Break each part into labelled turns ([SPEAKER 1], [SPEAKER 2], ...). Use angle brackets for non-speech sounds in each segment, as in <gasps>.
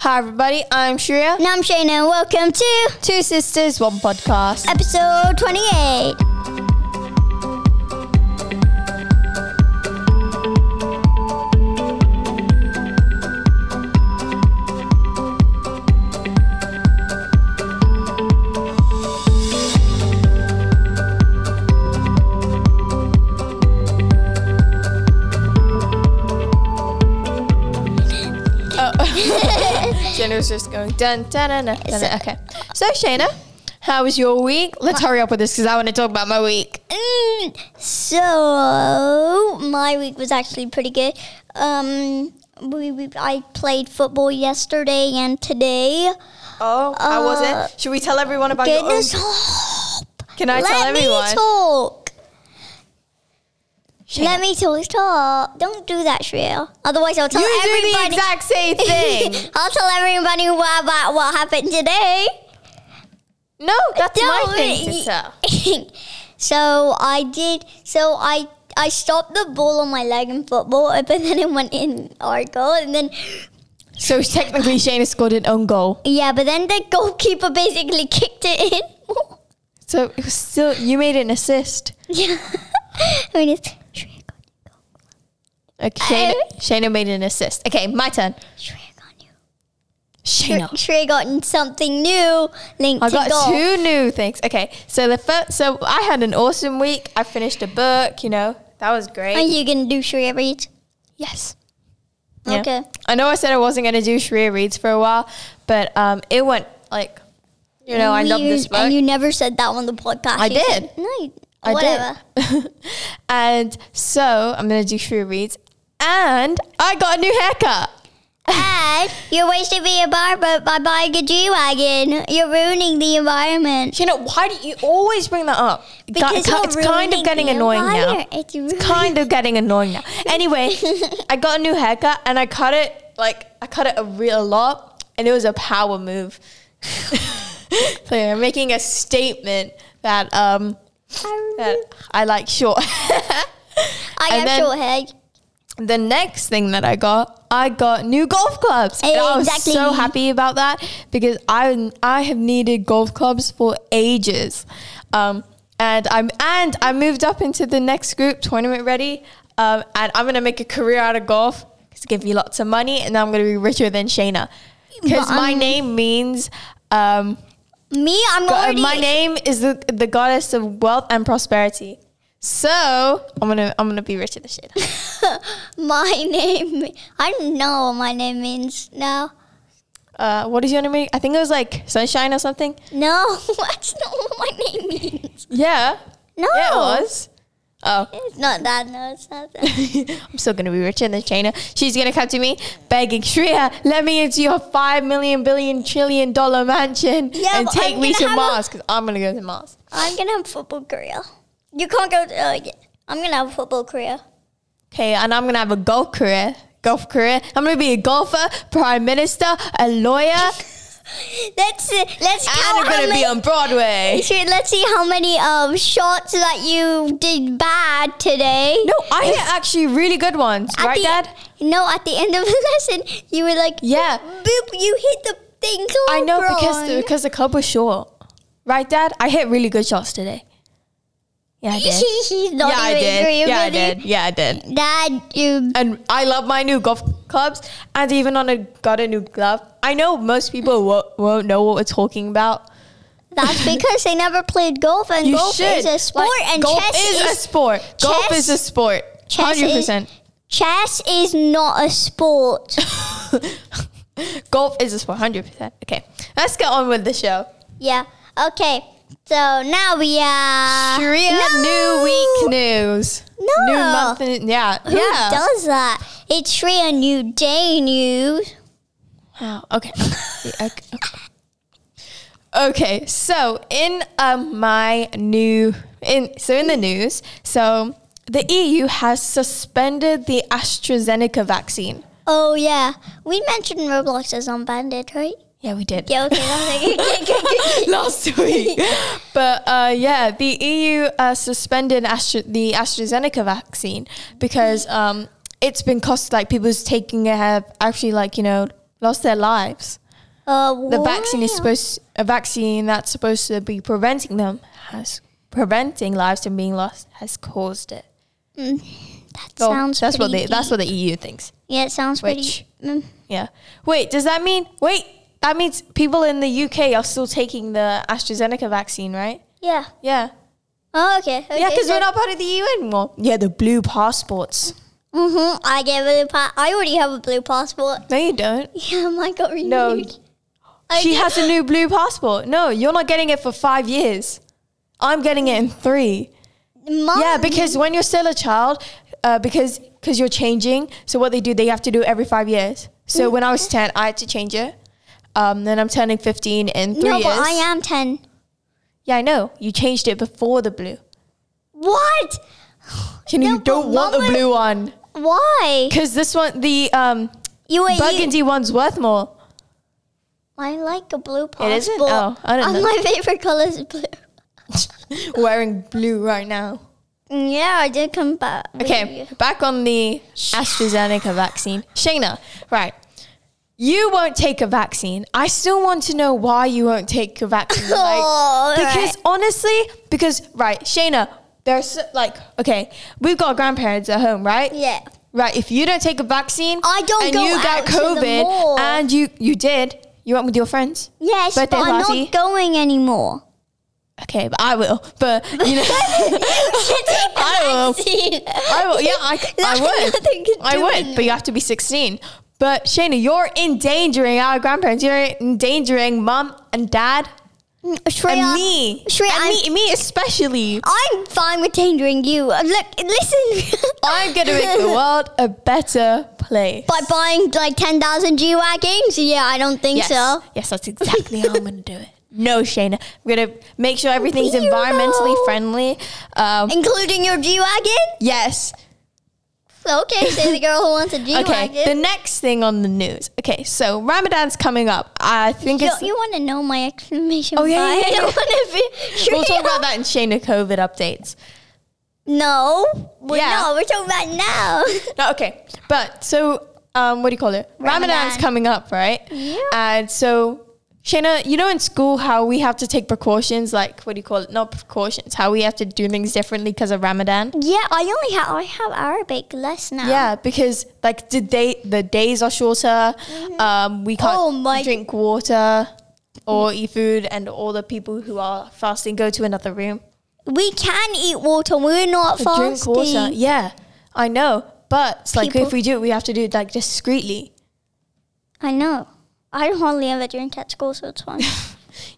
[SPEAKER 1] Hi, everybody. I'm Shreya.
[SPEAKER 2] And I'm Shane, and welcome to
[SPEAKER 1] Two Sisters, One Podcast.
[SPEAKER 2] episode 28.
[SPEAKER 1] Oh. Jenna's just going dun dun dun dun. dun, dun. Okay. So, Shayna, how was your week? Let's hurry up with this because I want to talk about my week.
[SPEAKER 2] Mm, so, my week was actually pretty good. Um, we, we, I played football yesterday and today.
[SPEAKER 1] Oh, how was it? Should we tell everyone about your own?
[SPEAKER 2] Goodness, oh,
[SPEAKER 1] Can I tell
[SPEAKER 2] let me
[SPEAKER 1] everyone?
[SPEAKER 2] talk.
[SPEAKER 1] Shayna,
[SPEAKER 2] Let me talk, talk. Don't do that, Shreya. Otherwise, I'll tell
[SPEAKER 1] you do the
[SPEAKER 2] <laughs> everybody.
[SPEAKER 1] exact <laughs> same thing.
[SPEAKER 2] I'll tell everybody what, about what happened today.
[SPEAKER 1] no, that's my
[SPEAKER 2] Don't.
[SPEAKER 1] thing to tell.
[SPEAKER 2] <laughs> so I did. So I I stopped the ball on my leg in football, <laughs> but then it went in our goal, and then
[SPEAKER 1] So technically, Shayna scored an own goal.
[SPEAKER 2] yeah, but then the goalkeeper basically <laughs> kicked it in. <laughs>
[SPEAKER 1] So it was still you made an assist.
[SPEAKER 2] yeah, I mean it's Shrek on you,
[SPEAKER 1] Okay, Shayna, Shayna made an assist. Okay, my turn.
[SPEAKER 2] Shrek on you.
[SPEAKER 1] Shayna.
[SPEAKER 2] Shrek got something new linked
[SPEAKER 1] I
[SPEAKER 2] to
[SPEAKER 1] got
[SPEAKER 2] golf.
[SPEAKER 1] two new things. Okay, so the first, so I had an awesome week. I finished a book. You know, that was great.
[SPEAKER 2] Are you gonna do Shrek reads?
[SPEAKER 1] yes. Yeah.
[SPEAKER 2] Okay.
[SPEAKER 1] I know I said I wasn't gonna do Sharia reads for a while, but um, it went like, you know, I
[SPEAKER 2] And
[SPEAKER 1] love
[SPEAKER 2] you-
[SPEAKER 1] this book.
[SPEAKER 2] And you never said that on the podcast.
[SPEAKER 1] I
[SPEAKER 2] You said-
[SPEAKER 1] did.
[SPEAKER 2] no, you,
[SPEAKER 1] I
[SPEAKER 2] whatever.
[SPEAKER 1] did. <laughs> and so I'm gonna do Sharia reads, and I got a new haircut.
[SPEAKER 2] And you're wasting being a barber by buying a G wagon. You're ruining the environment.
[SPEAKER 1] You know, why do you always bring that up? It got- it got-
[SPEAKER 2] you're
[SPEAKER 1] it's kind of
[SPEAKER 2] ruining
[SPEAKER 1] getting
[SPEAKER 2] the
[SPEAKER 1] annoying now.
[SPEAKER 2] environment. It's, ruining-
[SPEAKER 1] kind of getting annoying now. Anyway, I got a new haircut and I cut it like I cut it a real lot, and it was a power move. <laughs> so yeah, making a statement that um that I like short.
[SPEAKER 2] I
[SPEAKER 1] and
[SPEAKER 2] have
[SPEAKER 1] then-
[SPEAKER 2] short hair.
[SPEAKER 1] the next thing that I got, I got new golf clubs. And I was
[SPEAKER 2] Exactly.
[SPEAKER 1] so happy about that because I I have needed golf clubs for ages. Um, and I'm and I moved up into the next group, tournament ready. Um, and I'm gonna make a career out of golf. It's gonna give me lots of money, and I'm gonna be richer than Shayna because
[SPEAKER 2] But,
[SPEAKER 1] my
[SPEAKER 2] um,
[SPEAKER 1] name means. Um,
[SPEAKER 2] Me, I'm
[SPEAKER 1] go-
[SPEAKER 2] already.
[SPEAKER 1] my name is the, the goddess of wealth and prosperity. So I'm gonna I'm gonna be richer than Shayna.
[SPEAKER 2] <laughs> my name. <laughs> I don't know what my name means now.
[SPEAKER 1] uh, what is your name? I think it was like Sunshine or something.
[SPEAKER 2] No, <laughs> that's not what my name means.
[SPEAKER 1] Yeah.
[SPEAKER 2] No,
[SPEAKER 1] Yeah, it was. Oh, <laughs>
[SPEAKER 2] It's not that. No, it's not that.
[SPEAKER 1] I'm still gonna be richer than Shayna. She's gonna come to me begging, Shreya, let me into your five million billion trillion dollar mansion
[SPEAKER 2] Yeah,
[SPEAKER 1] and
[SPEAKER 2] but I'm
[SPEAKER 1] take me to
[SPEAKER 2] gonna have a-
[SPEAKER 1] Mars because I'm gonna go to Mars.
[SPEAKER 2] I'm gonna have a football career. You can't go. To, uh, yeah. I'm gonna have a football career.
[SPEAKER 1] Okay, and I'm gonna have a golf career. Golf career. I'm gonna be a golfer, prime minister, a
[SPEAKER 2] <laughs>
[SPEAKER 1] lawyer,
[SPEAKER 2] Let's uh, let's
[SPEAKER 1] and I'm
[SPEAKER 2] count how
[SPEAKER 1] gonna be
[SPEAKER 2] many-
[SPEAKER 1] on Broadway.
[SPEAKER 2] Sure, let's see how many um shots that you did bad today.
[SPEAKER 1] No, I hit actually really good ones,
[SPEAKER 2] At
[SPEAKER 1] right,
[SPEAKER 2] the-
[SPEAKER 1] Dad?
[SPEAKER 2] No, at the end of the <laughs> lesson, you were like,
[SPEAKER 1] Yeah.
[SPEAKER 2] boop, you hit the thing so
[SPEAKER 1] I know because the,
[SPEAKER 2] wrong."
[SPEAKER 1] because the club was short, right, Dad? I hit really good shots today. Yeah, I did.
[SPEAKER 2] <laughs> He's not
[SPEAKER 1] yeah, I
[SPEAKER 2] even agreeing
[SPEAKER 1] did. Yeah, I
[SPEAKER 2] with you.
[SPEAKER 1] did. Yeah, I did.
[SPEAKER 2] Dad, you.
[SPEAKER 1] And I love my new golf clubs. And even on a got a new glove. I know most people won't, won't know what we're talking about. <laughs>
[SPEAKER 2] That's because they never played golf, and
[SPEAKER 1] You
[SPEAKER 2] golf
[SPEAKER 1] should.
[SPEAKER 2] is a sport,
[SPEAKER 1] Like,
[SPEAKER 2] and
[SPEAKER 1] golf
[SPEAKER 2] chess
[SPEAKER 1] is,
[SPEAKER 2] is,
[SPEAKER 1] a sport. golf
[SPEAKER 2] chess-
[SPEAKER 1] is a sport.
[SPEAKER 2] chess
[SPEAKER 1] Hundred
[SPEAKER 2] is-
[SPEAKER 1] percent.
[SPEAKER 2] chess is not a sport. <laughs>
[SPEAKER 1] <laughs> Golf is a sport. Hundred percent. Okay, let's get on with the show.
[SPEAKER 2] yeah. Okay. So now we are.
[SPEAKER 1] Sharia
[SPEAKER 2] Uh, No!
[SPEAKER 1] new week news.
[SPEAKER 2] No.
[SPEAKER 1] New month. and- Yeah.
[SPEAKER 2] Who
[SPEAKER 1] yeah.
[SPEAKER 2] does that? It's Shreya New Day News.
[SPEAKER 1] Wow. Oh, Okay. okay. Okay. So in um, my new in so in the news, so the EU has suspended the AstraZeneca vaccine.
[SPEAKER 2] Oh yeah, we mentioned Roblox as unbanned, right?
[SPEAKER 1] Yeah, we did.
[SPEAKER 2] Yeah, okay, that's okay. okay, okay,
[SPEAKER 1] <laughs>
[SPEAKER 2] okay.
[SPEAKER 1] last week. But uh, yeah, the EU uh, suspended Astra- the AstraZeneca vaccine because um, it's been cost like people's taking it have actually like you know lost their lives.
[SPEAKER 2] Uh,
[SPEAKER 1] The vaccine is
[SPEAKER 2] why?
[SPEAKER 1] supposed a vaccine that's supposed to be preventing them has preventing lives from being lost has caused it.
[SPEAKER 2] That
[SPEAKER 1] So
[SPEAKER 2] sounds
[SPEAKER 1] that's what
[SPEAKER 2] pretty
[SPEAKER 1] they that's what the EU thinks.
[SPEAKER 2] deep. yeah, it sounds
[SPEAKER 1] Which-
[SPEAKER 2] pretty. Mm,
[SPEAKER 1] Yeah. Wait, does that mean wait, that means people in the UK are still taking the AstraZeneca vaccine, right?
[SPEAKER 2] yeah.
[SPEAKER 1] Yeah.
[SPEAKER 2] Oh, okay. okay.
[SPEAKER 1] Yeah, because
[SPEAKER 2] so-
[SPEAKER 1] we're not part of the EU anymore. Yeah, the blue passports.
[SPEAKER 2] Mhm. I get a blue pa- I already have a blue passport. <laughs>
[SPEAKER 1] No, you don't.
[SPEAKER 2] Yeah, mine got renewed.
[SPEAKER 1] No.
[SPEAKER 2] <laughs> I
[SPEAKER 1] She
[SPEAKER 2] did-
[SPEAKER 1] has a new blue passport. No, you're not getting it for five years. I'm getting it in three.
[SPEAKER 2] Mine,
[SPEAKER 1] Yeah, because when you're still a child, uh, because because you're changing. So what they do, they have to do every five years. So when I was ten, I had to change it. Um, then I'm turning fifteen in three
[SPEAKER 2] no,
[SPEAKER 1] years.
[SPEAKER 2] but I am ten.
[SPEAKER 1] Yeah, I know. You changed it before the blue.
[SPEAKER 2] What?
[SPEAKER 1] You know,
[SPEAKER 2] No,
[SPEAKER 1] you don't
[SPEAKER 2] but
[SPEAKER 1] want the
[SPEAKER 2] mama-
[SPEAKER 1] blue one
[SPEAKER 2] Why?
[SPEAKER 1] because this one, the um,
[SPEAKER 2] You wait. You,
[SPEAKER 1] burgundy one's worth
[SPEAKER 2] <laughs>
[SPEAKER 1] more.
[SPEAKER 2] I like a blue passport.
[SPEAKER 1] It isn't? Oh, I don't
[SPEAKER 2] And
[SPEAKER 1] know.
[SPEAKER 2] My favorite color is blue.
[SPEAKER 1] Wearing blue right now.
[SPEAKER 2] Mm, Yeah, I did come back. with
[SPEAKER 1] Okay,
[SPEAKER 2] you.
[SPEAKER 1] back on the AstraZeneca vaccine. Shayna, right. You won't take a vaccine. I still want to know why you won't take a
[SPEAKER 2] <laughs>
[SPEAKER 1] vaccine.
[SPEAKER 2] Oh,
[SPEAKER 1] Like, because
[SPEAKER 2] alright.
[SPEAKER 1] honestly, because, right, Shayna, there's like, okay, we've got grandparents at home, right?
[SPEAKER 2] Yeah.
[SPEAKER 1] Right, if you don't take a vaccine
[SPEAKER 2] I don't
[SPEAKER 1] and
[SPEAKER 2] go
[SPEAKER 1] you got
[SPEAKER 2] out to the mall.
[SPEAKER 1] COVID and you, you did, you went with your friends.
[SPEAKER 2] Yes,
[SPEAKER 1] Birthday
[SPEAKER 2] but I'm
[SPEAKER 1] party?
[SPEAKER 2] not going anymore.
[SPEAKER 1] Okay, but I will. But, you
[SPEAKER 2] <laughs>
[SPEAKER 1] know, <laughs> I will. I will. Yeah,
[SPEAKER 2] <laughs>
[SPEAKER 1] I, I
[SPEAKER 2] Nothing
[SPEAKER 1] would.
[SPEAKER 2] can
[SPEAKER 1] I
[SPEAKER 2] do
[SPEAKER 1] would, but you have to be 16. But Shayna, you're endangering our grandparents. You're endangering mum and dad
[SPEAKER 2] Mm, Shreya,
[SPEAKER 1] and me.
[SPEAKER 2] Shreya,
[SPEAKER 1] and
[SPEAKER 2] I'm,
[SPEAKER 1] me, me especially.
[SPEAKER 2] <laughs> I'm fine with tendering you. Uh, Look, listen.
[SPEAKER 1] <laughs> I'm going to make
[SPEAKER 2] <laughs>
[SPEAKER 1] the world a better place.
[SPEAKER 2] By buying like 10,000 G Wagons? Yeah, I don't think
[SPEAKER 1] yes.
[SPEAKER 2] so.
[SPEAKER 1] Yes, that's exactly how I'm going to do
[SPEAKER 2] <laughs>
[SPEAKER 1] it. No, Shayna. I'm going to make sure everything's
[SPEAKER 2] Zero.
[SPEAKER 1] environmentally friendly. Um,
[SPEAKER 2] Including your G Wagon?
[SPEAKER 1] yes.
[SPEAKER 2] Okay, say the girl who wants a G
[SPEAKER 1] <laughs> Okay.
[SPEAKER 2] Wagon.
[SPEAKER 1] The next thing on the news. Okay, so Ramadan's coming up. I think
[SPEAKER 2] Yo,
[SPEAKER 1] it's.
[SPEAKER 2] you want to know my exclamation
[SPEAKER 1] Oh, yeah,
[SPEAKER 2] mark?
[SPEAKER 1] yeah,
[SPEAKER 2] <laughs> I
[SPEAKER 1] yeah.
[SPEAKER 2] don't want to be.
[SPEAKER 1] <laughs> We'll talk
[SPEAKER 2] Shreya.
[SPEAKER 1] about that in Shayna COVID updates.
[SPEAKER 2] No. Well,
[SPEAKER 1] Yeah.
[SPEAKER 2] No, we're talking about now. <laughs>
[SPEAKER 1] No, okay. But so, um, what do you call it?
[SPEAKER 2] Ramadan.
[SPEAKER 1] Ramadan's coming up, right?
[SPEAKER 2] Yeah.
[SPEAKER 1] And so, Shayna, you know in school how we have to take precautions, like, what do you call it? Not precautions, how we have to do things differently because of Ramadan?
[SPEAKER 2] yeah, I only have I have Arabic less now.
[SPEAKER 1] Yeah, because like the day the days are shorter. Um, we can't
[SPEAKER 2] Oh my-
[SPEAKER 1] drink water or eat food, and all the people who are fasting go to another room.
[SPEAKER 2] We can eat water. We're not fasting.
[SPEAKER 1] Drink water. Yeah, I know, but it's like
[SPEAKER 2] People-
[SPEAKER 1] if we do it, we have to do it like discreetly.
[SPEAKER 2] I know. I hardly ever drink at school, so it's
[SPEAKER 1] <laughs>
[SPEAKER 2] fine.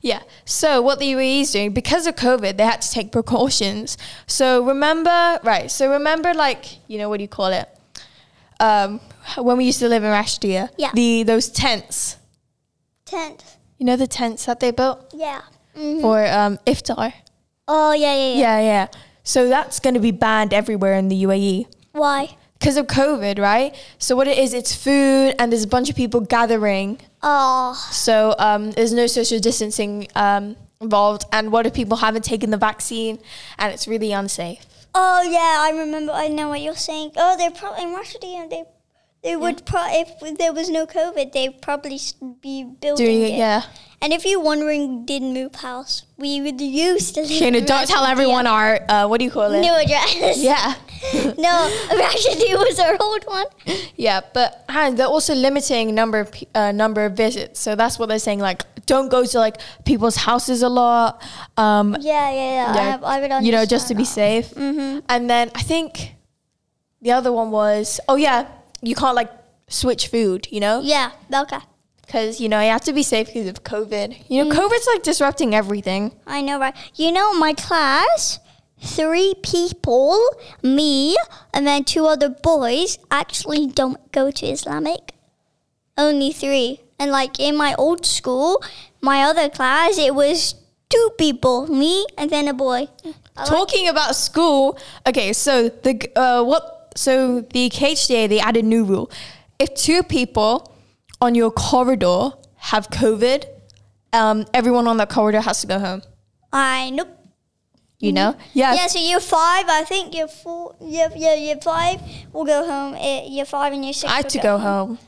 [SPEAKER 1] Yeah. So what the UAE is doing because of COVID, they had to take precautions. So remember, right? So remember, like you know, what do you call it? Um, when we used to live in Rashtia,
[SPEAKER 2] Yeah.
[SPEAKER 1] the those tents.
[SPEAKER 2] Tent.
[SPEAKER 1] You know the tents that they built
[SPEAKER 2] Yeah. Mm.
[SPEAKER 1] for um, iftar.
[SPEAKER 2] Oh yeah, yeah, yeah.
[SPEAKER 1] Yeah, yeah. So that's going to be banned everywhere in the UAE
[SPEAKER 2] Why?
[SPEAKER 1] because of COVID, right? So what it is, it's food, and there's a bunch of people gathering.
[SPEAKER 2] Oh,
[SPEAKER 1] So um, there's no social distancing um, involved. And what if people haven't taken the vaccine and it's really unsafe?
[SPEAKER 2] oh yeah. I remember. I know what you're saying. Oh, they're probably in Russia. They they, they would pro- if there was no COVID, they'd probably s- be building
[SPEAKER 1] Doing it, yeah.
[SPEAKER 2] And if you're wondering, did move house? We would used to live. in
[SPEAKER 1] Shana, don't tell
[SPEAKER 2] Rashidi.
[SPEAKER 1] everyone our, uh, what do you call it?
[SPEAKER 2] New address.
[SPEAKER 1] Yeah.
[SPEAKER 2] <laughs> no, <laughs> Rashidi was our old one.
[SPEAKER 1] Yeah, but and they're also limiting number of, pe- uh, number of visits. So that's what they're saying. Like, don't go to like people's houses a lot. Um,
[SPEAKER 2] Yeah, yeah, yeah. I,
[SPEAKER 1] Yeah,
[SPEAKER 2] have, I would
[SPEAKER 1] you know, just to
[SPEAKER 2] understand
[SPEAKER 1] be
[SPEAKER 2] that. Mm-hmm.
[SPEAKER 1] safe. And then I think the other one was, oh yeah, you can't like switch food. You know,
[SPEAKER 2] Yeah. Okay.
[SPEAKER 1] because you know you have to be safe because of COVID. You know,
[SPEAKER 2] Mm.
[SPEAKER 1] COVID's like disrupting everything.
[SPEAKER 2] I know, right? You know, my class, three people, me, and then two other boys actually don't go to Islamic. Only three. And like in my old school, my other class, it was two people, me and then a boy. I like-
[SPEAKER 1] Talking about school, okay. So the uh, what? So the KHDA they added new rule: if two people on your corridor have COVID, um, everyone on that corridor has to go home.
[SPEAKER 2] I nope.
[SPEAKER 1] You
[SPEAKER 2] Mm-hmm.
[SPEAKER 1] know? Yeah.
[SPEAKER 2] Yeah, so year five, I think year four, year, yeah, year five will go home. eh, Year five and year six.
[SPEAKER 1] I
[SPEAKER 2] will
[SPEAKER 1] had to
[SPEAKER 2] go
[SPEAKER 1] go home.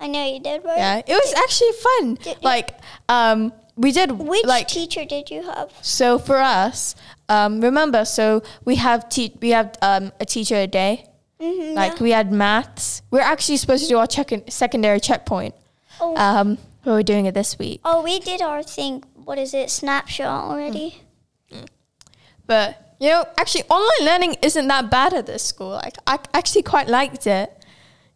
[SPEAKER 2] I know you did, right?
[SPEAKER 1] Yeah, it was actually fun.
[SPEAKER 2] Did-
[SPEAKER 1] Like, um, we did
[SPEAKER 2] Which
[SPEAKER 1] like
[SPEAKER 2] teacher did you have?
[SPEAKER 1] so for us. Um, remember, so we have te- we have um, a teacher a day. like we had maths. We're actually supposed to do our check- secondary checkpoint.
[SPEAKER 2] Oh.
[SPEAKER 1] Um, but we're doing it this week.
[SPEAKER 2] Oh, we did our thing. What is it? Snapshot already.
[SPEAKER 1] But you know, actually, online learning isn't that bad at this school. Like, I actually quite liked it.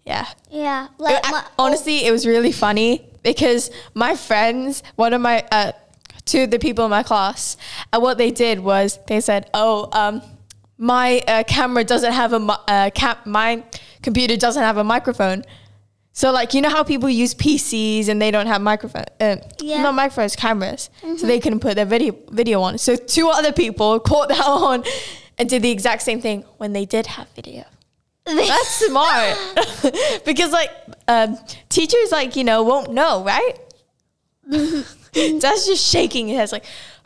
[SPEAKER 1] Yeah.
[SPEAKER 2] Yeah.
[SPEAKER 1] It-
[SPEAKER 2] Like
[SPEAKER 1] Hmm. Uh, I-
[SPEAKER 2] my, oh.
[SPEAKER 1] honestly, it was really funny because my friends, one of my, uh, two of the people in my class, and what they did was they said, "Oh, um, my uh, camera doesn't have a mi- uh, cap. My computer doesn't have a microphone." So like you know how people use PCs and they don't have microphone, uh,
[SPEAKER 2] Yeah. Mm-hmm.
[SPEAKER 1] not microphones, cameras, so they couldn't put their video video on. So two other people <laughs> caught that on and did the exact same thing when they did have video. That's <laughs> smart. because like um, teachers like, you know, won't know, right? <laughs> That's just shaking his head like,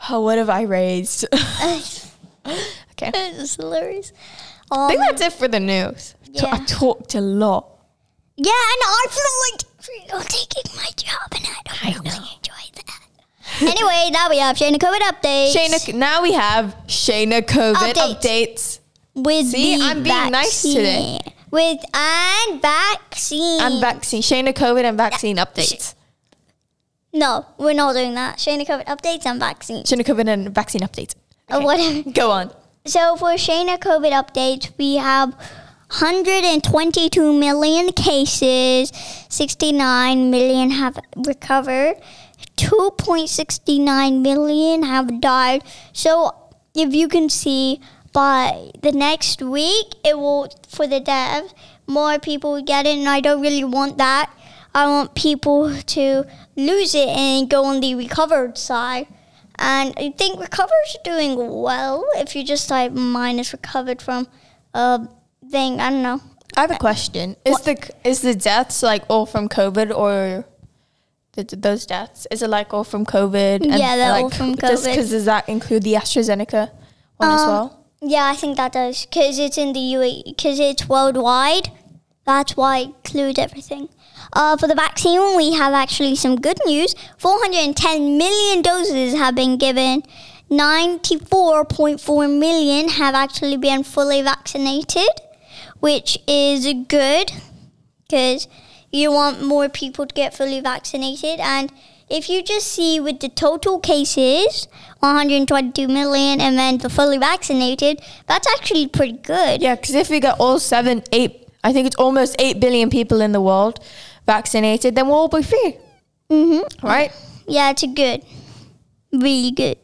[SPEAKER 1] oh, what have I raised? <laughs> okay. I
[SPEAKER 2] it's <laughs> hilarious. Um,
[SPEAKER 1] think that's it for the news. So I
[SPEAKER 2] Yeah.
[SPEAKER 1] talked a lot.
[SPEAKER 2] yeah, and I feel like you're taking my job, and I don't really enjoy that. anyway, now we have Shayna COVID updates.
[SPEAKER 1] Shayna now we have Shayna COVID
[SPEAKER 2] Updates.
[SPEAKER 1] updates.
[SPEAKER 2] with
[SPEAKER 1] See,
[SPEAKER 2] the
[SPEAKER 1] I'm being nice
[SPEAKER 2] vaccine.
[SPEAKER 1] today.
[SPEAKER 2] With and vaccine.
[SPEAKER 1] and vaccine. Shayna COVID and vaccine updates.
[SPEAKER 2] no, we're not doing that. Shayna COVID updates and vaccine.
[SPEAKER 1] Shayna COVID and vaccine updates.
[SPEAKER 2] Uh, whatever.
[SPEAKER 1] Go on.
[SPEAKER 2] So for Shayna COVID updates, we have 122 million cases, 69 million have recovered, 2.69 million have died. So if you can see by the next week, it will for the deaths, more people will get it, and I don't really want that. I want people to lose it and go on the recovered side. And I think recovered's doing well if you just type minus recovered from a thing. I don't know.
[SPEAKER 1] I have a question. Is the is the deaths like all from COVID or the, those deaths? Is it like all from COVID?
[SPEAKER 2] Yeah, they're
[SPEAKER 1] like,
[SPEAKER 2] all from
[SPEAKER 1] Does,
[SPEAKER 2] COVID.
[SPEAKER 1] 'cause does that include the AstraZeneca one as
[SPEAKER 2] Um,
[SPEAKER 1] well?
[SPEAKER 2] Yeah, I think that does because it's in the UAE because it's worldwide. That's why it includes everything. Uh, for the vaccine, we have actually some good news. 410 million doses have been given. 94.4 million have actually been fully vaccinated, which is good because you want more people to get fully vaccinated. And if you just see with the total cases, 122 million, and then the fully vaccinated, that's actually pretty good.
[SPEAKER 1] Yeah, because if we get all seven, eight, I think it's almost eight billion people in the world vaccinated, then we'll all be free,
[SPEAKER 2] Mm-hmm.
[SPEAKER 1] right?
[SPEAKER 2] Yeah, it's a good, really good.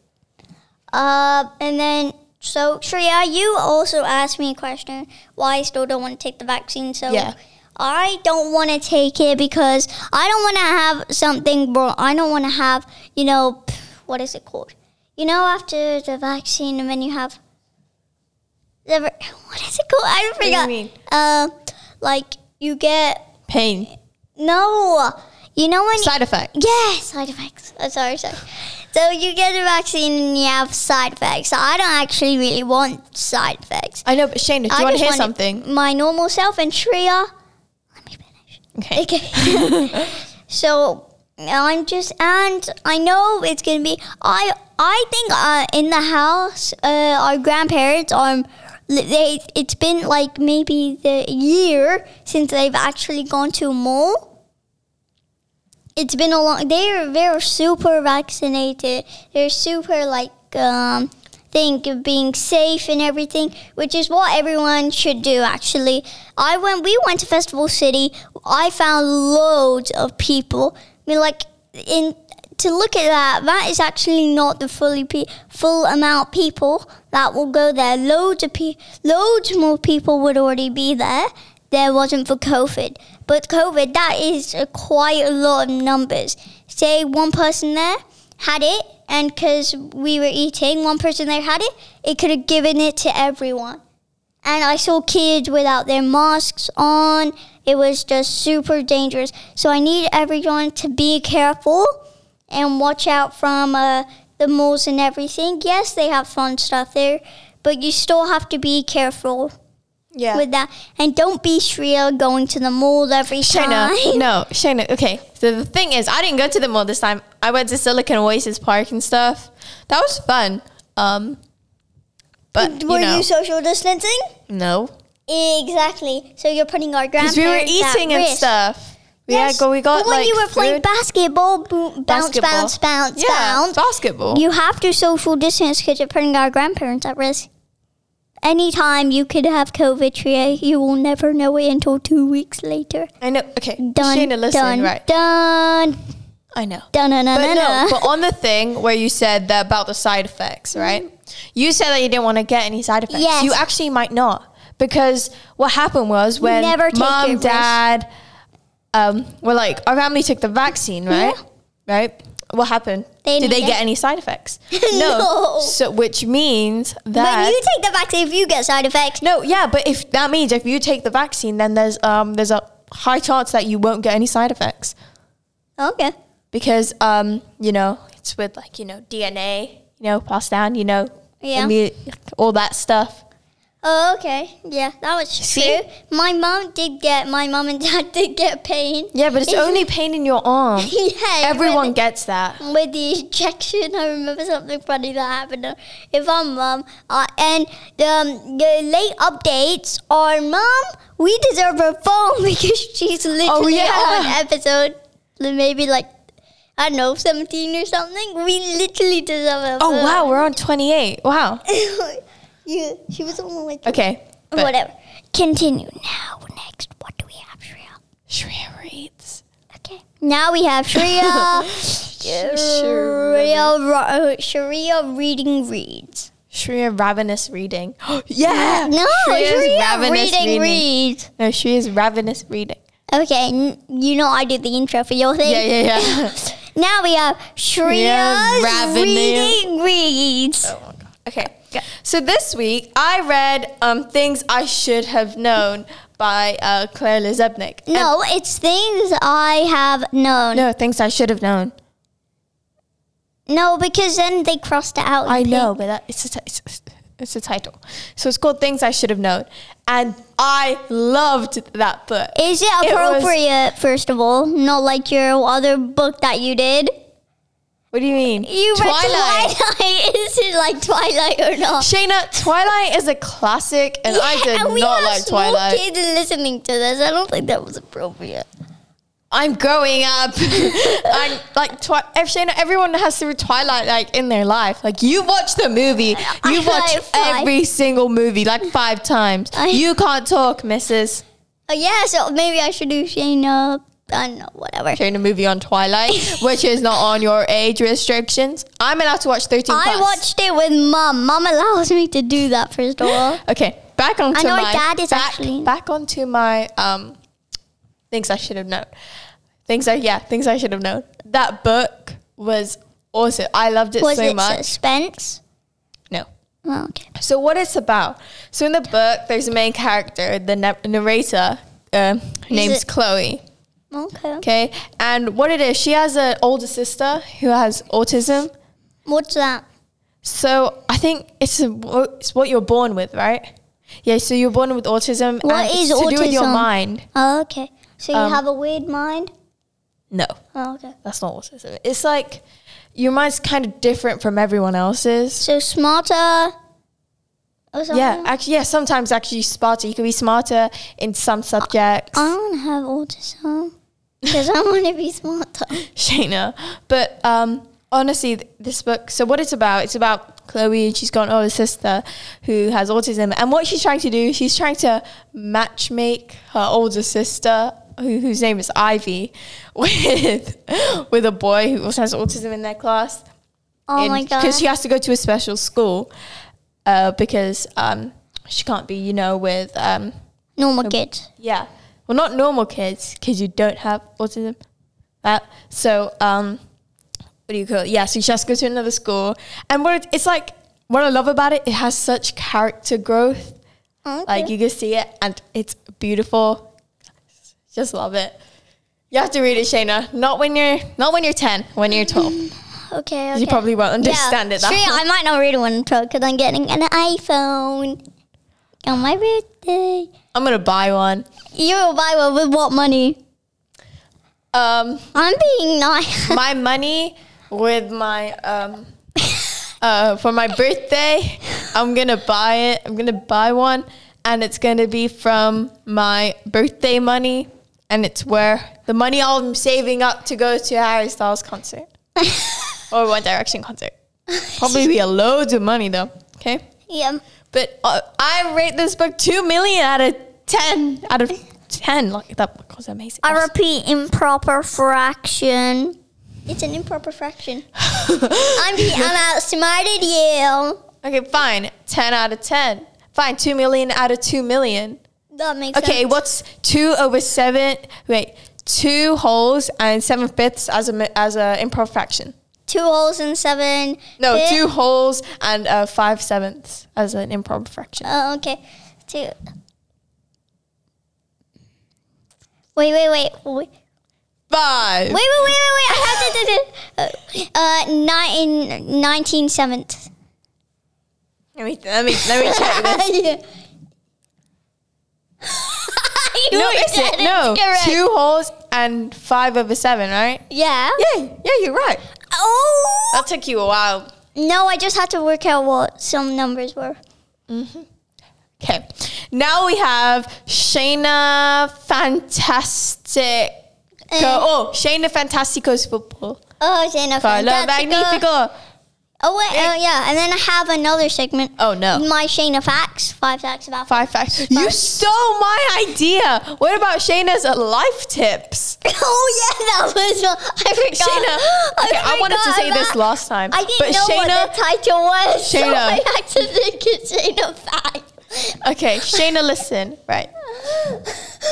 [SPEAKER 2] Uh, and then so Shreya, you also asked me a question why I still don't want to take the vaccine. So
[SPEAKER 1] Yeah.
[SPEAKER 2] I don't want to take it because I don't want to have something wrong. I don't want to have you know p- what is it called? You know after the vaccine and then you have the v- <laughs> what is it called? I
[SPEAKER 1] do you
[SPEAKER 2] forgot.
[SPEAKER 1] mean?
[SPEAKER 2] Uh, like you get
[SPEAKER 1] Pain,
[SPEAKER 2] no. You know when
[SPEAKER 1] side effect.
[SPEAKER 2] Yes, side effects. Oh, sorry, sorry. So you get the vaccine and you have side effects. So I don't actually really want side effects.
[SPEAKER 1] I know, but Shane, do you
[SPEAKER 2] I
[SPEAKER 1] want to
[SPEAKER 2] just
[SPEAKER 1] hear
[SPEAKER 2] want
[SPEAKER 1] something?
[SPEAKER 2] My normal self and Shreya. Let me finish.
[SPEAKER 1] Okay.
[SPEAKER 2] Okay. <laughs> so I'm just, and I know it's gonna be. I I think uh, in the house, uh, our grandparents are. They, it's been like maybe the year since they've actually gone to a mall. It's been a long. They are very super vaccinated. They're super like um, think of being safe and everything, which is what everyone should do. Actually, I went. We went to Festival City. I found loads of people. I mean, like in to look at that. That is actually not the fully pe- full amount of people that will go there. Loads of pe- loads more people would already be there. There wasn't for COVID, but COVID that is a quite a lot of numbers. Say one person there had it, and because we were eating, one person there had it. It could have given it to everyone and I saw kids without their masks on. It was just super dangerous. So I need everyone to be careful and watch out from uh, the malls and everything. Yes, they have fun stuff there, but you still have to be careful.
[SPEAKER 1] Yeah.
[SPEAKER 2] with that. And don't be shrill going to the mall every time.
[SPEAKER 1] Shayna, <laughs>
[SPEAKER 2] <laughs>
[SPEAKER 1] no, Shayna. Okay, so the thing is, I didn't go to the mall this time. I went to Silicon Oasis Park and stuff. That was fun. Um, but you
[SPEAKER 2] Were
[SPEAKER 1] know,
[SPEAKER 2] you social distancing?
[SPEAKER 1] no,
[SPEAKER 2] Exactly. So you're putting our grandparents
[SPEAKER 1] because we were
[SPEAKER 2] at
[SPEAKER 1] eating and
[SPEAKER 2] risk.
[SPEAKER 1] stuff.
[SPEAKER 2] Yes,
[SPEAKER 1] Yeah, go. We got
[SPEAKER 2] But when
[SPEAKER 1] like
[SPEAKER 2] you were playing
[SPEAKER 1] food.
[SPEAKER 2] basketball, boom, bounce,
[SPEAKER 1] Basketball.
[SPEAKER 2] bounce, bounce,
[SPEAKER 1] yeah,
[SPEAKER 2] bounce.
[SPEAKER 1] basketball.
[SPEAKER 2] You have to social distance because you're putting our grandparents at risk. Anytime you could have COVID, Tria, you will never know it until two weeks later.
[SPEAKER 1] I know. Okay,
[SPEAKER 2] Done.
[SPEAKER 1] Shayna, listen.
[SPEAKER 2] done.
[SPEAKER 1] right,
[SPEAKER 2] Done.
[SPEAKER 1] I know.
[SPEAKER 2] Dun, dun, dun,
[SPEAKER 1] But
[SPEAKER 2] dun,
[SPEAKER 1] no,
[SPEAKER 2] dun.
[SPEAKER 1] but on the thing where you said that about the side effects, right? You said that you didn't want to get any side effects.
[SPEAKER 2] Yes.
[SPEAKER 1] You actually might not because what happened was when
[SPEAKER 2] never take
[SPEAKER 1] mom,
[SPEAKER 2] it, Rich.
[SPEAKER 1] dad, um, were like our family took the vaccine, right? Right. What happened?
[SPEAKER 2] They
[SPEAKER 1] Did
[SPEAKER 2] didn't
[SPEAKER 1] they
[SPEAKER 2] get-
[SPEAKER 1] get any side effects?
[SPEAKER 2] <laughs> No.
[SPEAKER 1] So, which means that
[SPEAKER 2] When you take the vaccine, if you get side effects,
[SPEAKER 1] no, yeah, but if that means if you take the vaccine, then there's um there's a high chance that you won't get any side effects
[SPEAKER 2] okay.
[SPEAKER 1] because um you know it's with like you know DNA you know passed down you know
[SPEAKER 2] Yeah.
[SPEAKER 1] immu- all that stuff.
[SPEAKER 2] Oh, okay. Yeah, that was
[SPEAKER 1] See?
[SPEAKER 2] true. My mom did get, my mom and <laughs> dad did get pain. <laughs>
[SPEAKER 1] Yeah, but it's only pain in your <laughs> arm.
[SPEAKER 2] yeah,
[SPEAKER 1] Everyone
[SPEAKER 2] with-
[SPEAKER 1] gets that.
[SPEAKER 2] with the injection. I remember something funny that happened. If I'm mum, uh, and the, um, the late updates are mum. We deserve a phone <laughs> because she's literally
[SPEAKER 1] Oh, yeah.
[SPEAKER 2] on episode maybe like I don't know seventeen or something. We literally deserve a
[SPEAKER 1] <laughs> Oh
[SPEAKER 2] phone.
[SPEAKER 1] wow, we're on 28. Wow.
[SPEAKER 2] <laughs> you, she was on like
[SPEAKER 1] Okay. <laughs> but-
[SPEAKER 2] whatever. Continue now. Next, what do we have, Shreya?
[SPEAKER 1] Shreya reads.
[SPEAKER 2] Okay. Now we have
[SPEAKER 1] <laughs>
[SPEAKER 2] Shreya. Shreya, Ro- Shreya reading reads.
[SPEAKER 1] Shreya ravenous reading. <gasps> yeah.
[SPEAKER 2] No,
[SPEAKER 1] Shreya's
[SPEAKER 2] Shreya reading, reads.
[SPEAKER 1] <laughs> No, Shreya's ravenous reading.
[SPEAKER 2] Okay, n- you know I did the intro for your
[SPEAKER 1] <laughs>
[SPEAKER 2] thing.
[SPEAKER 1] Yeah, yeah, yeah.
[SPEAKER 2] Now we have Shreya's
[SPEAKER 1] Ravenous. Oh,
[SPEAKER 2] reading reads.
[SPEAKER 1] <laughs> Okay. So this week I read um, things I should have known by uh, Claire Lizebnik. And-
[SPEAKER 2] No, it's things I have known. No,
[SPEAKER 1] no, things I should have known.
[SPEAKER 2] because then they crossed it out. in
[SPEAKER 1] I
[SPEAKER 2] pink.
[SPEAKER 1] know, but that, it's, a ti- it's, it's a title. So it's called Things I Should Have Known. And I loved that book.
[SPEAKER 2] Is it
[SPEAKER 1] It was-
[SPEAKER 2] appropriate, first of all? Not like your other book that you did.
[SPEAKER 1] what do you mean?
[SPEAKER 2] You read Twilight. <laughs> Is it like Twilight or not?
[SPEAKER 1] Shayna, Twilight is a classic, and I did
[SPEAKER 2] Yeah, and we
[SPEAKER 1] not
[SPEAKER 2] have
[SPEAKER 1] like
[SPEAKER 2] small
[SPEAKER 1] Twilight.
[SPEAKER 2] kids listening to this. I don't think that was appropriate.
[SPEAKER 1] I'm growing up. <laughs> I'm like twi- ev- Shayna. Everyone has through Twilight like in their life. Like you watch the movie,
[SPEAKER 2] I
[SPEAKER 1] you watch
[SPEAKER 2] like five.
[SPEAKER 1] every single movie like five times.
[SPEAKER 2] I-
[SPEAKER 1] you can't talk, Mrs.
[SPEAKER 2] Oh yeah, so maybe I should do Shayna. I don't know, whatever.
[SPEAKER 1] Showing a movie on Twilight, which is not on your age restrictions. I'm allowed to watch 13 plus.
[SPEAKER 2] I watched it with mom. Mom allows me to do that first of
[SPEAKER 1] <laughs>
[SPEAKER 2] all.
[SPEAKER 1] Okay, back onto
[SPEAKER 2] know
[SPEAKER 1] my
[SPEAKER 2] my dad is
[SPEAKER 1] back,
[SPEAKER 2] actually-
[SPEAKER 1] back onto my um things I should have known. Things I yeah things I should have known. That book was awesome. I loved it
[SPEAKER 2] Was
[SPEAKER 1] so
[SPEAKER 2] it
[SPEAKER 1] much.
[SPEAKER 2] suspense?
[SPEAKER 1] no.
[SPEAKER 2] Oh, okay.
[SPEAKER 1] So what it's about? So in the book, there's a main character, the na- narrator. Um, her name's
[SPEAKER 2] it-
[SPEAKER 1] Chloe.
[SPEAKER 2] Okay.
[SPEAKER 1] Okay, and what it is, she has an older sister who has autism.
[SPEAKER 2] What's that?
[SPEAKER 1] So I think it's a, it's what you're born with, right? Yeah. So you're born with autism.
[SPEAKER 2] What
[SPEAKER 1] and it's
[SPEAKER 2] is
[SPEAKER 1] to do with your
[SPEAKER 2] autism?
[SPEAKER 1] mind?
[SPEAKER 2] Oh, okay. So you
[SPEAKER 1] Um,
[SPEAKER 2] have a weird mind?
[SPEAKER 1] No,
[SPEAKER 2] Oh, okay.
[SPEAKER 1] that's not autism. It's like your mind's kind of different from everyone else's.
[SPEAKER 2] So smarter Oh, or something?
[SPEAKER 1] Yeah, actually, yeah. Sometimes actually smarter. You can be smarter in some subjects.
[SPEAKER 2] I want to have autism <laughs> because I want to be smarter.
[SPEAKER 1] Shayna. But um, honestly, th- this book. So what it's about? It's about Chloe and she's got an older sister who has autism, and what she's trying to do, she's trying to matchmake her older sister, who, whose name is Ivy, <laughs> with with a boy who also has autism in their class.
[SPEAKER 2] Oh my god.
[SPEAKER 1] Because she has to go to a special school uh, because um, she can't be, you know, with um,
[SPEAKER 2] Normal kids.
[SPEAKER 1] yeah. Well, not normal kids, because you don't have autism. That so um, what do you call it? Yeah, so you just go to another school, and what it, it's like. What I love about it, it has such character growth.
[SPEAKER 2] Okay.
[SPEAKER 1] Like you can see it, and it's beautiful. Just love it. You have to read it, Shayna. Not when you're not when you're ten. When you're twelve,
[SPEAKER 2] okay, okay.
[SPEAKER 1] you probably won't understand it.
[SPEAKER 2] Sure,
[SPEAKER 1] That
[SPEAKER 2] I might not read one pro because I'm getting an iPhone. on my birthday.
[SPEAKER 1] I'm gonna buy one.
[SPEAKER 2] You will buy one with what money?
[SPEAKER 1] Um,
[SPEAKER 2] I'm being nice. <laughs>
[SPEAKER 1] my money with my um, uh, for my birthday, I'm gonna buy it. I'm gonna buy one, and it's gonna be from my birthday money, and it's where the money I'm saving up to go to Harry Styles concert or One Direction concert. Probably be a loads of money though. Okay.
[SPEAKER 2] yeah.
[SPEAKER 1] But uh, I rate this book two million out of ten out of ten. Like that book was amazing.
[SPEAKER 2] I repeat, improper fraction. It's an improper fraction. <laughs>
[SPEAKER 1] <laughs>
[SPEAKER 2] I'm being and I outsmarted you.
[SPEAKER 1] okay, fine. Ten out of ten. Fine, two million out of two million.
[SPEAKER 2] That makes
[SPEAKER 1] Okay,
[SPEAKER 2] sense.
[SPEAKER 1] what's two over seven? Wait, two wholes and seven fifths as a mi- as a improv fraction.
[SPEAKER 2] Two holes and seven.
[SPEAKER 1] No,
[SPEAKER 2] bit-
[SPEAKER 1] two wholes and uh, five sevenths as an improv fraction.
[SPEAKER 2] Oh, okay. Two. Wait, wait, wait, wait.
[SPEAKER 1] Five.
[SPEAKER 2] Wait, wait, wait, wait, wait. I have to do this. Uh, nine,
[SPEAKER 1] <laughs>
[SPEAKER 2] 19 seventh.
[SPEAKER 1] Let me let me let <laughs> me check this.
[SPEAKER 2] yeah. <laughs> You
[SPEAKER 1] No,
[SPEAKER 2] did
[SPEAKER 1] is it? No,
[SPEAKER 2] correct.
[SPEAKER 1] two wholes and five over seven, right?
[SPEAKER 2] Yeah.
[SPEAKER 1] Yeah, yeah, you're right.
[SPEAKER 2] Oh.
[SPEAKER 1] That took you a while.
[SPEAKER 2] No, I just had to work out what some numbers were.
[SPEAKER 1] Okay. Now we have Shayna Fantastic.
[SPEAKER 2] Uh,
[SPEAKER 1] oh, Shayna Fantastico's football.
[SPEAKER 2] oh, Zena
[SPEAKER 1] Carlo Magnifico.
[SPEAKER 2] Oh, wait. Oh, yeah. And then I have another segment.
[SPEAKER 1] Oh, no.
[SPEAKER 2] My Shayna facts. Five facts about.
[SPEAKER 1] Five facts. You stole my idea. What about Shayna's uh, life tips?
[SPEAKER 2] <laughs> Oh, yeah. That was. I forgot.
[SPEAKER 1] Shayna. Okay, I, wanted to
[SPEAKER 2] forgot
[SPEAKER 1] say this
[SPEAKER 2] about-
[SPEAKER 1] last time.
[SPEAKER 2] I didn't
[SPEAKER 1] but
[SPEAKER 2] know what
[SPEAKER 1] Shayna,
[SPEAKER 2] the title was. so
[SPEAKER 1] Shayna.
[SPEAKER 2] I had to think it's Shayna facts.
[SPEAKER 1] okay, Shayna, listen, right?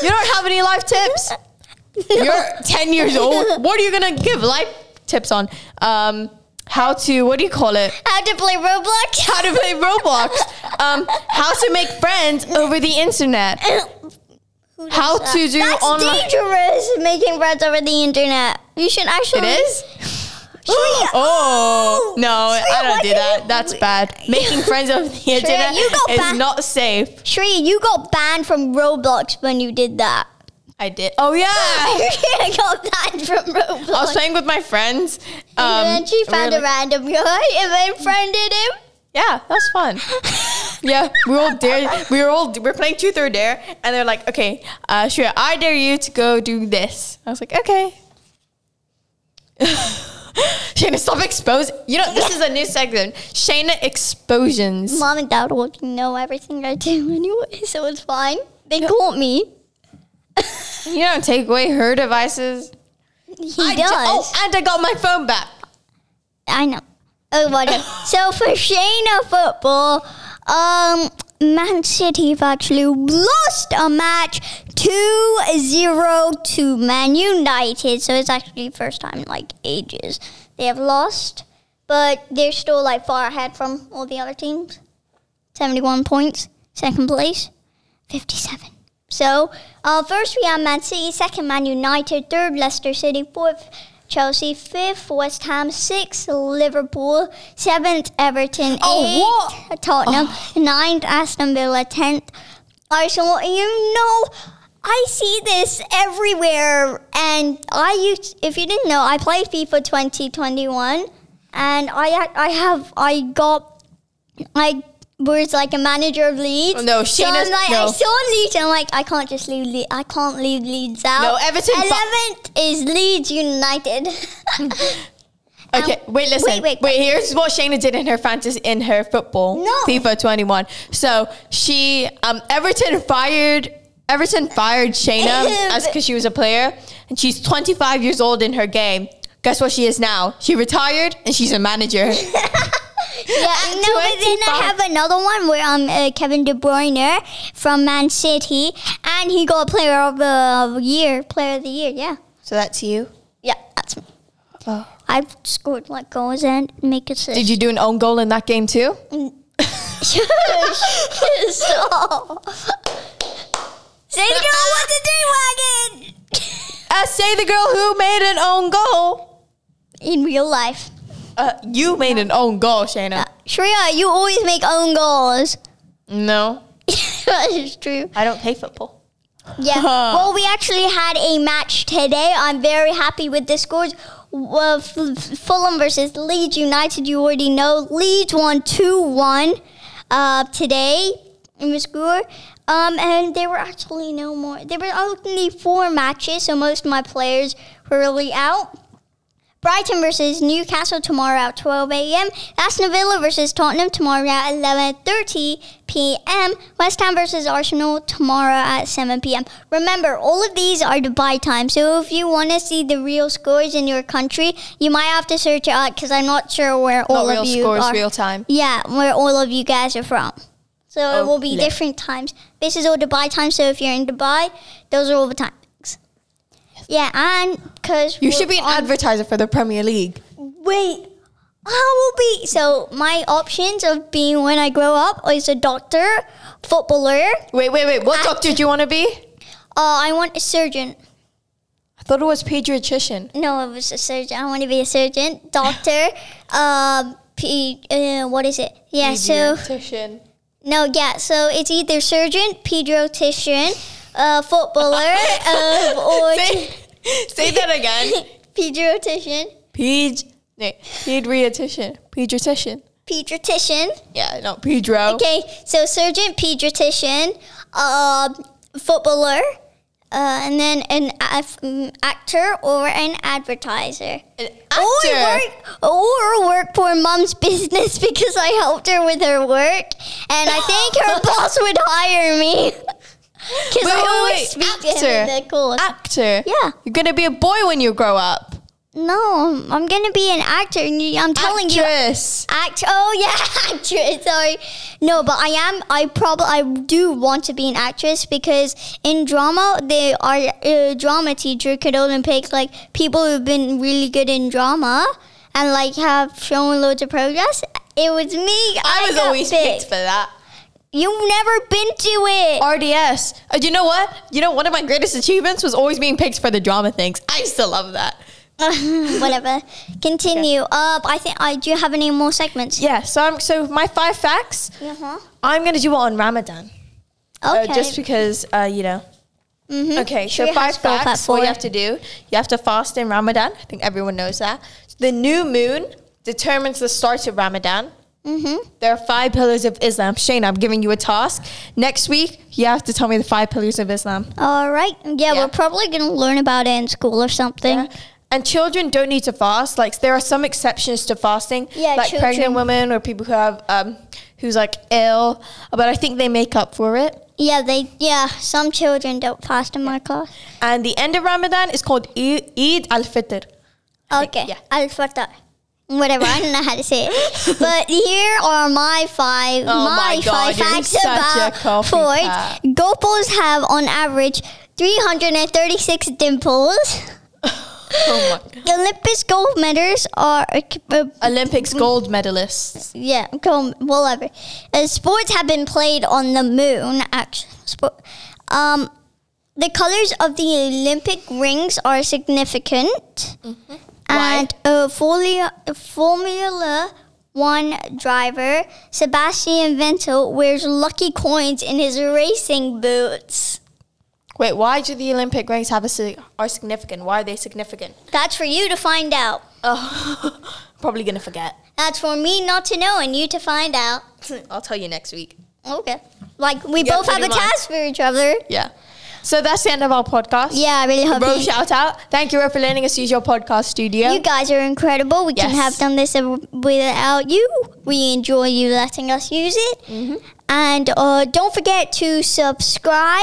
[SPEAKER 1] You don't
[SPEAKER 2] <laughs>
[SPEAKER 1] have any life tips? You're 10 years old. What are you going to give life tips on? Um, how to, what do you call it?
[SPEAKER 2] How to play Roblox?
[SPEAKER 1] how to play Roblox, um, how to make friends over the internet,
[SPEAKER 2] Who does
[SPEAKER 1] how to do
[SPEAKER 2] That's
[SPEAKER 1] online.
[SPEAKER 2] dangerous making friends over the internet. You should actually.
[SPEAKER 1] It
[SPEAKER 2] <gasps>
[SPEAKER 1] is.
[SPEAKER 2] Shreya,
[SPEAKER 1] Oh no, I
[SPEAKER 2] Shreya,
[SPEAKER 1] don't
[SPEAKER 2] what
[SPEAKER 1] do
[SPEAKER 2] did
[SPEAKER 1] that.
[SPEAKER 2] you-
[SPEAKER 1] That's bad. Making friends over the internet
[SPEAKER 2] you go
[SPEAKER 1] is
[SPEAKER 2] back.
[SPEAKER 1] not safe.
[SPEAKER 2] Shreya, you got banned from Roblox when you
[SPEAKER 1] <laughs>
[SPEAKER 2] did that.
[SPEAKER 1] I did. Oh
[SPEAKER 2] <laughs>
[SPEAKER 1] yeah,
[SPEAKER 2] Shreya got banned from Roblox.
[SPEAKER 1] I was um, playing with my friends.
[SPEAKER 2] and then she
[SPEAKER 1] we
[SPEAKER 2] found
[SPEAKER 1] were
[SPEAKER 2] a
[SPEAKER 1] like-
[SPEAKER 2] random guy and then friended him.
[SPEAKER 1] Yeah, that was fun.
[SPEAKER 2] <laughs>
[SPEAKER 1] Yeah, we all dare. We were all we were playing truth or dare, and they're like, "Okay, uh, sure, I dare you to go do this." I was like, "Okay." <laughs> Shayna, stop exposing. You know, this is a new segment. Shayna explosions.
[SPEAKER 2] Mom and dad would know everything I do <laughs> anyway, so it's fine. They caught me.
[SPEAKER 1] You don't take away her devices.
[SPEAKER 2] He
[SPEAKER 1] I ju-
[SPEAKER 2] does.
[SPEAKER 1] oh, and I got my phone back.
[SPEAKER 2] I know. Oh,
[SPEAKER 1] <laughs>
[SPEAKER 2] whatever. so for Shayna football, um, Man City have actually lost a match 2-0 to Man United. So it's actually first time in like ages they have lost, but they're still like far ahead from all the other teams. 71 points, second place, 57. So, uh, first we have Man City, second Man United, third Leicester City, fourth Chelsea, fifth West Ham, sixth Liverpool, seventh Everton,
[SPEAKER 1] Oh,
[SPEAKER 2] eighth Tottenham, ninth Aston Villa, tenth Arsenal. You know, I see this everywhere, and I used. If you didn't know, I play FIFA 2021, and I had- I have I got I was like a manager of Leeds.
[SPEAKER 1] Oh, no,
[SPEAKER 2] so
[SPEAKER 1] Shayna's-
[SPEAKER 2] I'm like, I
[SPEAKER 1] no.
[SPEAKER 2] saw Leeds. and I'm like, I can't just leave. Le- I can't leave Leeds out.
[SPEAKER 1] No, Everton bu-
[SPEAKER 2] Eleventh is Leeds United. <laughs>
[SPEAKER 1] <laughs> Okay, Um, wait, listen.
[SPEAKER 2] wait, wait.
[SPEAKER 1] here's what Shayna did in her fantasy in her football.
[SPEAKER 2] No.
[SPEAKER 1] FIFA 21. So she um Everton fired Everton fired Shayna
[SPEAKER 2] Ew.
[SPEAKER 1] as because she was a player and she's 25 years old in her game. Guess what she is now? She retired and she's a manager.
[SPEAKER 2] yeah, no, but then I
[SPEAKER 1] 25.
[SPEAKER 2] have another one where um uh, Kevin De Bruyne from Man City, and he got Player of the Year, Player of the Year. Yeah,
[SPEAKER 1] <laughs> so that's you.
[SPEAKER 2] yeah, that's me. I scored like goals and make assists.
[SPEAKER 1] Did you do an own goal in that game too?
[SPEAKER 2] Stop. Say the girl with the wagon.
[SPEAKER 1] Uh, say the girl who made an own goal.
[SPEAKER 2] In real life, Uh,
[SPEAKER 1] Uh, you made an own goal, Shayna.
[SPEAKER 2] Shreya, you always make own goals.
[SPEAKER 1] No.
[SPEAKER 2] <laughs> that is true.
[SPEAKER 1] I don't play football.
[SPEAKER 2] Yeah. well, we actually had a match today. I'm very happy with the scores. Well, F- F- Fulham versus Leeds United. You already know Leeds won two one uh, today in the score. Um, and there were actually no more. There were only four matches, so most of my players were really out. Brighton versus Newcastle tomorrow at 12 a.m. Aston Villa versus Tottenham tomorrow at 11:30 p.m. West Ham versus Arsenal tomorrow at 7 p.m. Remember, all of these are Dubai time, so if you want to see the real scores in your country, you might have to search it out because I'm not sure where all
[SPEAKER 1] Not real
[SPEAKER 2] of you
[SPEAKER 1] scores,
[SPEAKER 2] are.
[SPEAKER 1] real time.
[SPEAKER 2] Yeah, where all of you guys are from. So
[SPEAKER 1] Oh,
[SPEAKER 2] it will be
[SPEAKER 1] lit.
[SPEAKER 2] different times. This is all Dubai time, so if you're in Dubai, those are all the times. Yeah, and because
[SPEAKER 1] You should be an advertiser for the Premier League.
[SPEAKER 2] Wait, I will be. So my options of being when I grow up is a doctor, footballer.
[SPEAKER 1] Wait, wait, wait. What
[SPEAKER 2] Act-
[SPEAKER 1] doctor do you want to be?
[SPEAKER 2] Uh, I want a surgeon.
[SPEAKER 1] I thought it was pediatrician.
[SPEAKER 2] No, it was a surgeon. I want to be a surgeon, doctor. um, P- uh, what is it? Yeah. So
[SPEAKER 1] Pediatrician.
[SPEAKER 2] no, yeah. So it's either surgeon, pediatrician, uh, footballer, uh, or
[SPEAKER 1] Say, <laughs> say that again.
[SPEAKER 2] <laughs> pediatrician,
[SPEAKER 1] Ped. No, pediatrician. Pediatrician.
[SPEAKER 2] pediatrician.
[SPEAKER 1] Yeah, not Pedro.
[SPEAKER 2] Okay, so surgeon, pediatrician, um, footballer, uh, and then an af- mm, actor or an advertiser.
[SPEAKER 1] An
[SPEAKER 2] Or
[SPEAKER 1] actor.
[SPEAKER 2] work, or work for mom's <laughs> business because I helped her with her work, and I
[SPEAKER 1] <laughs>
[SPEAKER 2] think her boss would hire me <laughs> because
[SPEAKER 1] Wait,
[SPEAKER 2] I
[SPEAKER 1] wait,
[SPEAKER 2] always
[SPEAKER 1] wait,
[SPEAKER 2] speak to him
[SPEAKER 1] actor.
[SPEAKER 2] in the course.
[SPEAKER 1] Actor.
[SPEAKER 2] Yeah.
[SPEAKER 1] You're gonna be a boy when you grow up.
[SPEAKER 2] no, I'm gonna be an actor, and you- I'm telling you,
[SPEAKER 1] Actress.
[SPEAKER 2] Act. Oh yeah, <laughs> actress. Sorry. No, but I am. I probably. I do want to be an actress because in drama, they our uh, drama teacher could only pick like people who've been really good in drama and like have shown loads of progress. It was me.
[SPEAKER 1] I was
[SPEAKER 2] got
[SPEAKER 1] always picked for that.
[SPEAKER 2] You've never been to it.
[SPEAKER 1] RDS. Uh, you know what? You know, one of my greatest achievements was always being picked for the drama things. I used to love that.
[SPEAKER 2] <laughs> Whatever. Continue. Uh, I think I do. You have any more segments?
[SPEAKER 1] Yeah. So, I'm, so my five facts.
[SPEAKER 2] Uh-huh.
[SPEAKER 1] I'm gonna do it on Ramadan. Uh,
[SPEAKER 2] Okay.
[SPEAKER 1] just because uh, you know.
[SPEAKER 2] Mhm.
[SPEAKER 1] Okay,
[SPEAKER 2] Sure,
[SPEAKER 1] so
[SPEAKER 2] you have
[SPEAKER 1] five
[SPEAKER 2] to fill that
[SPEAKER 1] facts. What
[SPEAKER 2] for
[SPEAKER 1] you
[SPEAKER 2] you.
[SPEAKER 1] have to do: you have to fast in Ramadan. I think everyone knows that. The new moon determines the start of Ramadan.
[SPEAKER 2] Mhm.
[SPEAKER 1] There are five pillars of Islam. Shane, I'm giving you a task. Next week, you have to tell me the five pillars of Islam.
[SPEAKER 2] All right. Yeah, we're probably gonna learn about it in school or something.
[SPEAKER 1] And children don't need to fast. Like there are some exceptions to fasting,
[SPEAKER 2] Yeah,
[SPEAKER 1] like
[SPEAKER 2] children-
[SPEAKER 1] pregnant women or people who have um, who's like ill. But I think they make up for it.
[SPEAKER 2] Yeah, they. Yeah, some children don't fast in my class.
[SPEAKER 1] And the end of Ramadan is called E- Eid al Fitr.
[SPEAKER 2] Okay,
[SPEAKER 1] yeah.
[SPEAKER 2] I'll fatar. Whatever, I don't know how to say
[SPEAKER 1] <laughs>
[SPEAKER 2] it. But here are my five,
[SPEAKER 1] Oh
[SPEAKER 2] my,
[SPEAKER 1] my
[SPEAKER 2] five
[SPEAKER 1] God, you're
[SPEAKER 2] facts
[SPEAKER 1] such a
[SPEAKER 2] about
[SPEAKER 1] coffee
[SPEAKER 2] Ford.
[SPEAKER 1] pot.
[SPEAKER 2] Gopals have, on average, 336 dimples.
[SPEAKER 1] Oh my!
[SPEAKER 2] Olympus gold medals are uh,
[SPEAKER 1] Olympics gold medalists.
[SPEAKER 2] Yeah, go whatever. Uh, sports have been played on the moon. Actually, sport. Um, the colors of the Olympic rings are significant,
[SPEAKER 1] Mm-hmm.
[SPEAKER 2] and uh, Formula, Formula One driver Sebastian Vettel wears lucky coins in his racing boots.
[SPEAKER 1] Wait, why do the Olympic rings have a sig- are significant? Why are they significant?
[SPEAKER 2] That's for you to find out.
[SPEAKER 1] Oh, <laughs> probably gonna forget.
[SPEAKER 2] That's for me not to know and you to find out.
[SPEAKER 1] I'll tell you next week.
[SPEAKER 2] Okay. Like we
[SPEAKER 1] Yeah,
[SPEAKER 2] both have
[SPEAKER 1] pretty
[SPEAKER 2] a
[SPEAKER 1] much.
[SPEAKER 2] task for each other.
[SPEAKER 1] Yeah. So that's the end of our podcast.
[SPEAKER 2] Yeah, I really hope
[SPEAKER 1] Bro,
[SPEAKER 2] you-
[SPEAKER 1] shout out. Thank you Ro, for letting us use your podcast studio.
[SPEAKER 2] You guys are incredible. We couldn't
[SPEAKER 1] Yes.
[SPEAKER 2] have done this without you. We enjoy you letting us use it.
[SPEAKER 1] Mm-hmm.
[SPEAKER 2] And uh, don't forget to subscribe.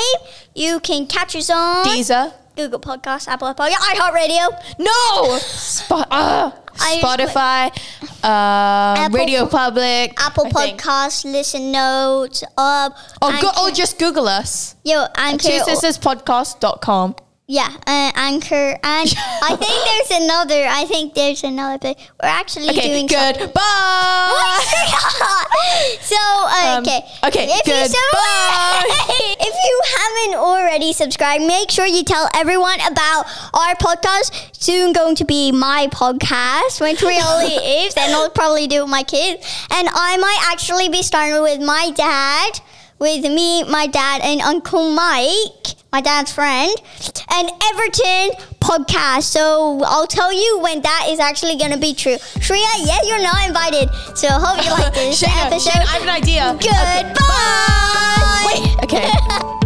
[SPEAKER 2] You can catch us on
[SPEAKER 1] Deezer.
[SPEAKER 2] Google Podcasts, Apple Podcasts, iHeartRadio.
[SPEAKER 1] No! Spo- uh,
[SPEAKER 2] I-
[SPEAKER 1] Spotify, uh,
[SPEAKER 2] Apple-
[SPEAKER 1] Radio Public,
[SPEAKER 2] Apple
[SPEAKER 1] I think.
[SPEAKER 2] Podcasts, Listen Notes, uh,
[SPEAKER 1] Or, Oh, go,
[SPEAKER 2] Anchor-
[SPEAKER 1] or just Google us.
[SPEAKER 2] yo, Anchor, oh,
[SPEAKER 1] Two sisters podcast.com.
[SPEAKER 2] yeah, uh, Anchor,
[SPEAKER 1] <laughs>
[SPEAKER 2] and I think there's another. I think there's another. But we're actually
[SPEAKER 1] Okay,
[SPEAKER 2] doing
[SPEAKER 1] good. Bye!
[SPEAKER 2] <laughs> so uh,
[SPEAKER 1] Um,
[SPEAKER 2] okay,
[SPEAKER 1] okay,
[SPEAKER 2] If you, <laughs>
[SPEAKER 1] goodbye.
[SPEAKER 2] if you haven't already subscribed, make sure you tell everyone about our podcast. Soon going to be my podcast, which
[SPEAKER 1] <laughs>
[SPEAKER 2] really is, and I'll probably do it with my kids. And I might actually be starting with my dad. with me, my dad, and Uncle Mike, my dad's friend, and Everton podcast. So I'll tell you when that is actually going to be true. Shreya, yeah, you're not invited. So
[SPEAKER 1] <laughs>
[SPEAKER 2] hope you like this
[SPEAKER 1] Shayna,
[SPEAKER 2] episode.
[SPEAKER 1] Shayna, I have an idea.
[SPEAKER 2] Goodbye.
[SPEAKER 1] Wait. Okay.